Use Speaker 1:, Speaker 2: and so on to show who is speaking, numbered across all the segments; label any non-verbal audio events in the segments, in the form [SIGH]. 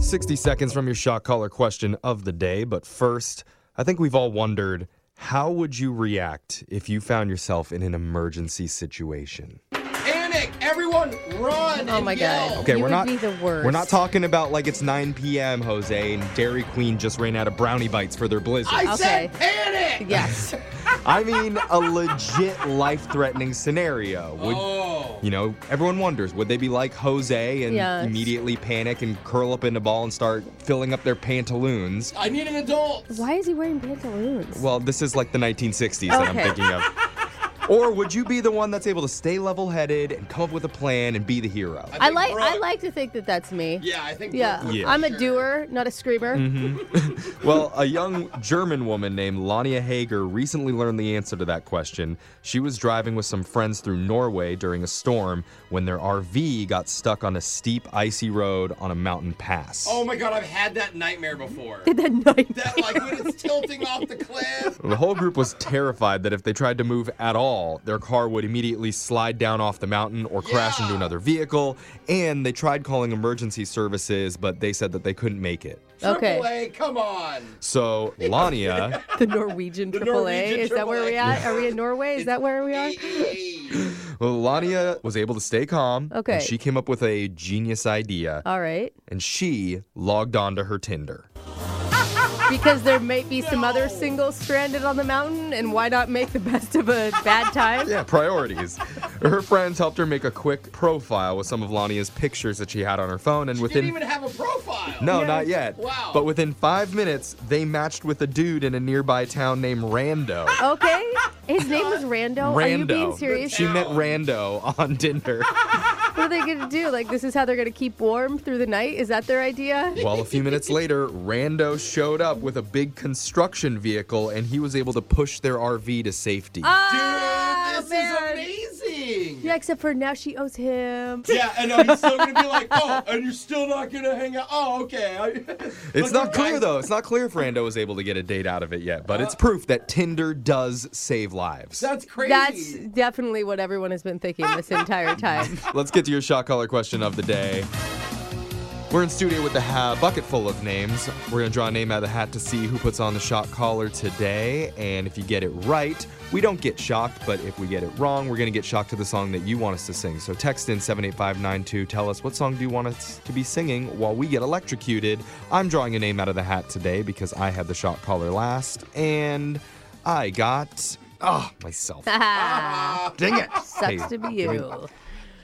Speaker 1: 60 seconds from your shot caller question of the day. But first, I think we've all wondered how would you react if you found yourself in an emergency situation?
Speaker 2: Panic! Everyone, run!
Speaker 3: Oh
Speaker 2: and
Speaker 3: my
Speaker 2: yell.
Speaker 3: God.
Speaker 1: Okay,
Speaker 3: You
Speaker 1: we're
Speaker 3: would
Speaker 1: not
Speaker 3: be the worst.
Speaker 1: we're not talking about like it's 9 p.m. Jose and Dairy Queen just ran out of brownie bites for their blizzard.
Speaker 2: I
Speaker 3: Okay.
Speaker 2: said panic! [LAUGHS]
Speaker 3: Yes.
Speaker 1: I mean, a legit life threatening scenario. Would,
Speaker 2: Oh.
Speaker 1: You know, everyone wonders would they be like Jose and
Speaker 3: Yes.
Speaker 1: immediately panic and curl up in a ball and start filling up their pantaloons?
Speaker 2: I need an adult.
Speaker 3: Why is he wearing pantaloons?
Speaker 1: Well, this is like the 1960s that I'm
Speaker 3: Okay.
Speaker 1: thinking of. Or would you be the one that's able to stay level headed and come up with a plan and be the hero?
Speaker 3: I
Speaker 2: think
Speaker 3: like I
Speaker 2: Brooke-
Speaker 3: like to think that that's me.
Speaker 2: Yeah, Mm-hmm. I think.
Speaker 3: Yeah.
Speaker 2: Brooke would
Speaker 1: Yeah.
Speaker 3: I'm a
Speaker 2: sure.
Speaker 3: doer, not a screamer.
Speaker 1: Well, a young German woman named Lania Hager recently learned the answer to that question. She was driving with some friends through Norway during a storm when their RV got stuck on a steep, icy road on a mountain pass.
Speaker 2: Oh my god, I've had that nightmare before.
Speaker 3: [LAUGHS] The
Speaker 2: [LAUGHS]
Speaker 3: night.
Speaker 2: that like when it's tilting off the cliff.
Speaker 1: The whole group was terrified that if they tried to move at all, their car would immediately slide down off the mountain or crash into
Speaker 2: Yeah.
Speaker 1: another vehicle. And they tried calling emergency services, but they said that they couldn't make it.
Speaker 3: [LAUGHS] Okay.
Speaker 2: Triple A, come on.
Speaker 1: So Lania,
Speaker 3: The Norwegian
Speaker 2: The
Speaker 3: AAA.
Speaker 2: Norwegian
Speaker 3: is that where we
Speaker 2: AAA.
Speaker 3: at? Are we in Norway? Is that where we are?
Speaker 2: Hey.
Speaker 1: Lania was able to stay calm.
Speaker 3: Okay.
Speaker 1: And she came up with a genius idea,
Speaker 3: All right.
Speaker 1: and she logged onto her Tinder.
Speaker 3: Because there might be some other
Speaker 2: No.
Speaker 3: singles stranded on the mountain, and why not make the best of a
Speaker 2: [LAUGHS]
Speaker 3: bad time?
Speaker 1: Yeah, priorities. her friends helped her make a quick profile with some of Lania's pictures that she had on her phone, and within
Speaker 2: Didn't even have a profile.
Speaker 1: No,
Speaker 3: Yeah.
Speaker 1: not yet.
Speaker 2: Wow.
Speaker 1: But within five minutes, they matched with a dude in a nearby town named Rando.
Speaker 3: Okay. His name was Rando. Oh, Are
Speaker 1: Rando.
Speaker 3: you being serious?
Speaker 1: She
Speaker 2: Ow.
Speaker 1: met Rando on
Speaker 3: [LAUGHS]
Speaker 1: Tinder.
Speaker 3: What are they going to do? Like, this is how they're going to keep warm through the night? Is that their idea?
Speaker 1: well, a few minutes later, Rando showed up with a big construction vehicle and he was able to push their RV to safety.
Speaker 3: Uh,
Speaker 2: Dude,
Speaker 3: Ah,
Speaker 2: this
Speaker 3: man.
Speaker 2: is amazing.
Speaker 3: Yeah, except for now she owes him.
Speaker 2: Yeah, and I'm still gonna be like, oh, and you're still not gonna hang out. Oh, okay. [LAUGHS] I-
Speaker 1: it's
Speaker 2: Look,
Speaker 1: not
Speaker 2: you
Speaker 1: clear,
Speaker 2: guys-
Speaker 1: though. It's not clear if Rando was able to get a date out of it yet, but it's
Speaker 3: Uh,
Speaker 1: proof that Tinder does save lives.
Speaker 2: That's crazy.
Speaker 3: That's definitely what everyone has been thinking this
Speaker 2: [LAUGHS]
Speaker 3: entire time. [LAUGHS]
Speaker 1: Let's get to your shot caller question of the day. We're in studio with a ha- bucket full of names. We're going to draw a name out of the hat to see who puts on the shot caller today. And if you get it right, we don't get shocked, but if we get it wrong, we're going to get shocked to the song that you want us to sing. So text in 78592. Tell us what song do you want us to be singing while we get electrocuted. I'm drawing a name out of the hat today because I had the shot caller last. And I got, ah, myself.
Speaker 3: Ah,
Speaker 1: [LAUGHS] Dang it.
Speaker 3: Sucks
Speaker 1: Hey,
Speaker 3: to be
Speaker 1: give me-
Speaker 3: you.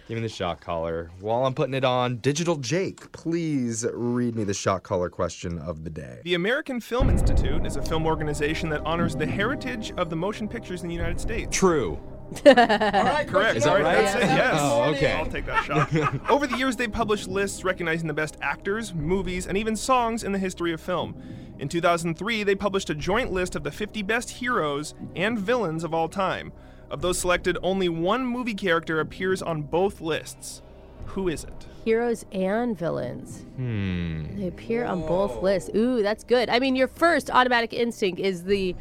Speaker 1: Give me the shot collar. While I'm putting it on, Digital Jake, please read me the shot collar question of the day.
Speaker 4: The American Film Institute is a film organization that honors the heritage of the motion pictures in the United States.
Speaker 1: True.
Speaker 2: All right,
Speaker 4: Correct.
Speaker 2: Chris,
Speaker 1: Is that
Speaker 2: all
Speaker 4: Sorry,
Speaker 1: right?
Speaker 4: That's it.
Speaker 2: Yeah.
Speaker 4: Yes.
Speaker 1: Oh,
Speaker 4: I'll
Speaker 1: okay.
Speaker 4: take
Speaker 1: [LAUGHS]
Speaker 4: that shot. Over the years, they published lists recognizing the best actors, movies, and even songs in the history of film. In 2003, they published a joint list of the 50 best heroes and villains of all time. Of those selected, only one movie character appears on both lists. Who is it?
Speaker 3: Heroes and villains. Hmm. They appear on both lists. Ooh, that's good. I mean, your first automatic instinct is the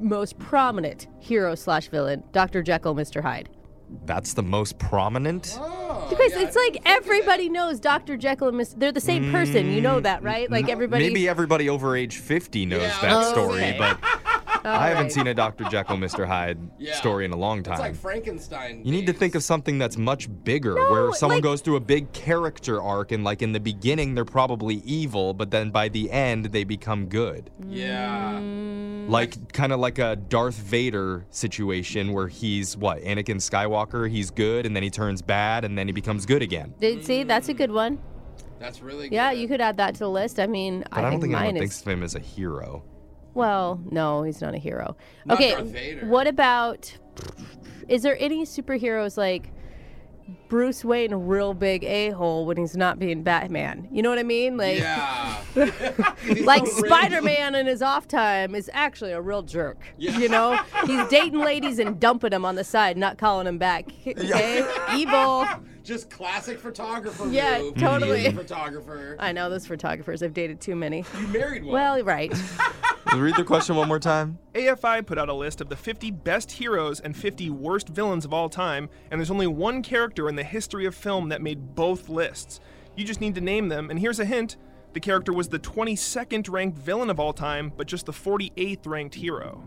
Speaker 3: most prominent hero slash villain, Dr. Jekyll, Mr. Hyde.
Speaker 1: That's the most prominent.
Speaker 2: Oh,
Speaker 3: Because
Speaker 2: yeah,
Speaker 3: it's
Speaker 2: I
Speaker 3: like everybody knows Dr. Jekyll and Mr. They're the same person. You know that, right? Like everybody.
Speaker 1: Hmm. Maybe everybody over age 50 knows
Speaker 2: Yeah,
Speaker 1: that
Speaker 2: I was
Speaker 1: story,
Speaker 2: [LAUGHS]
Speaker 3: gonna say.
Speaker 1: but
Speaker 3: All
Speaker 1: I haven't
Speaker 3: Oh, right.
Speaker 1: seen a Dr. Jekyll, Mr. Hyde
Speaker 2: Yeah.
Speaker 1: story in a long
Speaker 2: It's
Speaker 1: time.
Speaker 2: like Frankenstein.
Speaker 1: you need to think of something that's much bigger, where someone
Speaker 3: like-
Speaker 1: goes through a big character arc, and like in the beginning, they're probably evil, but then by the end, they become good.
Speaker 3: Mm.
Speaker 2: Yeah.
Speaker 1: like kind of like a Darth Vader situation where he's what Anakin Skywalker, he's good and then he turns bad and then he becomes good again.
Speaker 3: Did, see, that's a good one.
Speaker 2: That's really good.
Speaker 3: Yeah, you could add that to the list. I mean,
Speaker 1: But I, don't think
Speaker 3: mine
Speaker 1: anyone
Speaker 3: is.
Speaker 1: thinks of him as a hero.
Speaker 3: Well, no, he's not a hero.
Speaker 2: Not
Speaker 3: okay,
Speaker 2: Darth Vader.
Speaker 3: what about? Is there any superheroes like Bruce Wayne, a real big a hole when he's not being Batman? You know what I mean? Like,
Speaker 2: Yeah.
Speaker 3: [LAUGHS]
Speaker 2: [LAUGHS]
Speaker 3: like Spider Man in his off time is actually a real jerk.
Speaker 2: Yeah. [LAUGHS]
Speaker 3: You know, he's dating ladies and dumping them on the side, not calling them back. [LAUGHS] Okay, evil.
Speaker 2: Just classic photographer.
Speaker 3: Yeah,
Speaker 2: move.
Speaker 3: totally.
Speaker 2: Being a Photographer.
Speaker 3: I know those photographers. I've dated
Speaker 2: [LAUGHS]
Speaker 3: too many.
Speaker 2: You married one.
Speaker 3: Well, right.
Speaker 1: Read the question one more time.
Speaker 4: AFI put out a list of the 50 best heroes and 50 worst villains of all time, and there's only one character in the history of film that made both lists. You just need to name them, and here's a hint The character was the 22nd ranked villain of all time, but just the 48th ranked hero.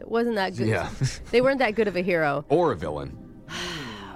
Speaker 3: It wasn't that
Speaker 1: [LAUGHS]
Speaker 3: good.
Speaker 1: Yeah.
Speaker 3: they weren't that good of a hero.
Speaker 1: Or a villain.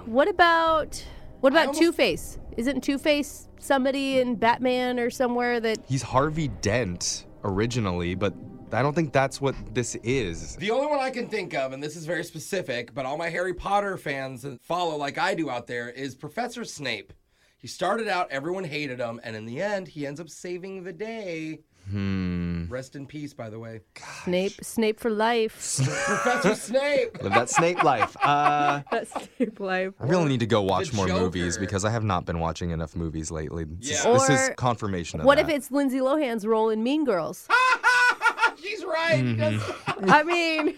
Speaker 3: What about what about
Speaker 2: almost-
Speaker 3: Two Face? Isn't Two Face somebody in Batman or somewhere that
Speaker 1: He's Harvey Dent originally, but I don't think that's what this is.
Speaker 2: The only one I can think of, and this is very specific, but all my Harry Potter fans that follow like I do out there, is Professor Snape. He started out, everyone hated him, and in the end, he ends up saving the day. Hmm. Rest in peace, by the way.
Speaker 3: Snape Snape for life? [LAUGHS]
Speaker 1: [LAUGHS]
Speaker 2: Professor Snape!
Speaker 1: Live that Snape life. Uh,
Speaker 3: That's Snape life.
Speaker 1: I really need to go watch
Speaker 2: The
Speaker 1: more movies
Speaker 2: Joker.
Speaker 1: because I have not been watching enough movies lately. This, is,
Speaker 2: Yeah.
Speaker 1: this is
Speaker 3: Or-
Speaker 1: confirmation of
Speaker 3: What
Speaker 1: that.
Speaker 3: if it's Lindsay Lohan's role in Mean Girls?
Speaker 2: She's right!
Speaker 1: Mm-hmm.
Speaker 2: Yes.
Speaker 3: I mean,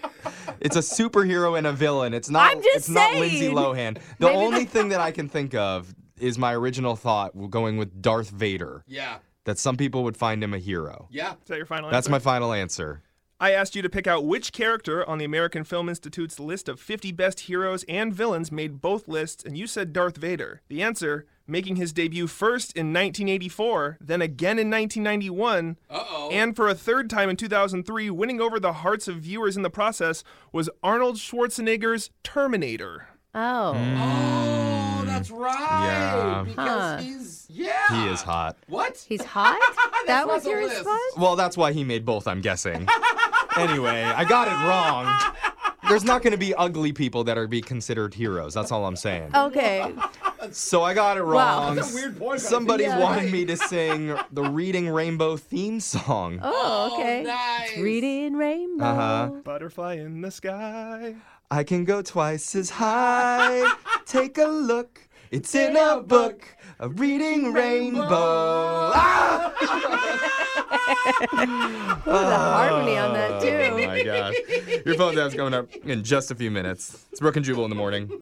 Speaker 1: It's a superhero and a villain. It's not.
Speaker 3: I'm just
Speaker 1: it's not Lindsay
Speaker 3: saying. [LAUGHS]
Speaker 1: Lohan. The
Speaker 3: Maybe
Speaker 1: only thing that I can think of is my original thought going with Darth Vader.
Speaker 2: Yeah.
Speaker 1: That some people would find him a hero.
Speaker 2: Yeah.
Speaker 4: Is that your final
Speaker 1: That's
Speaker 4: answer?
Speaker 1: my final answer.
Speaker 4: I asked you to pick out which character on the American Film Institute's list of 50 best heroes and villains made both lists, and you said Darth Vader. The answer, making his debut first in 1984, then again in 1991,
Speaker 2: Uh-oh.
Speaker 4: and for a third time in 2003, winning over the hearts of viewers in the process, was Arnold Schwarzenegger's Terminator.
Speaker 3: oh,
Speaker 2: Hmm. Oh, that's right.
Speaker 1: Yeah.
Speaker 2: Because
Speaker 3: Huh.
Speaker 2: he's yeah.
Speaker 1: He is hot.
Speaker 2: What?
Speaker 3: he's hot. that
Speaker 2: not
Speaker 3: was
Speaker 2: the
Speaker 3: your
Speaker 2: list.
Speaker 3: response.
Speaker 1: Well, that's why he made both. I'm
Speaker 3: [LAUGHS]
Speaker 1: guessing. anyway, I got it wrong. There's not going to be ugly people that are be considered heroes. That's all I'm saying.
Speaker 3: Okay,
Speaker 1: So I got it
Speaker 3: Oh. Wow.
Speaker 1: wrong.
Speaker 2: That's a weird point, but I think
Speaker 1: Somebody
Speaker 2: you're
Speaker 1: wanted
Speaker 2: right.
Speaker 1: me to sing the Reading Rainbow theme song.
Speaker 3: oh, okay.
Speaker 2: nice.
Speaker 3: Reading Rainbow.
Speaker 1: Uh-huh.
Speaker 4: Butterfly in the sky.
Speaker 1: I can go twice as high. Take a look. It's in a book, a reading rainbow. Ah!
Speaker 3: Ooh, the harmony on that too.
Speaker 1: Oh my gosh. Your phone tap's coming up in just a few minutes. It's Brooke and Jubal in the morning.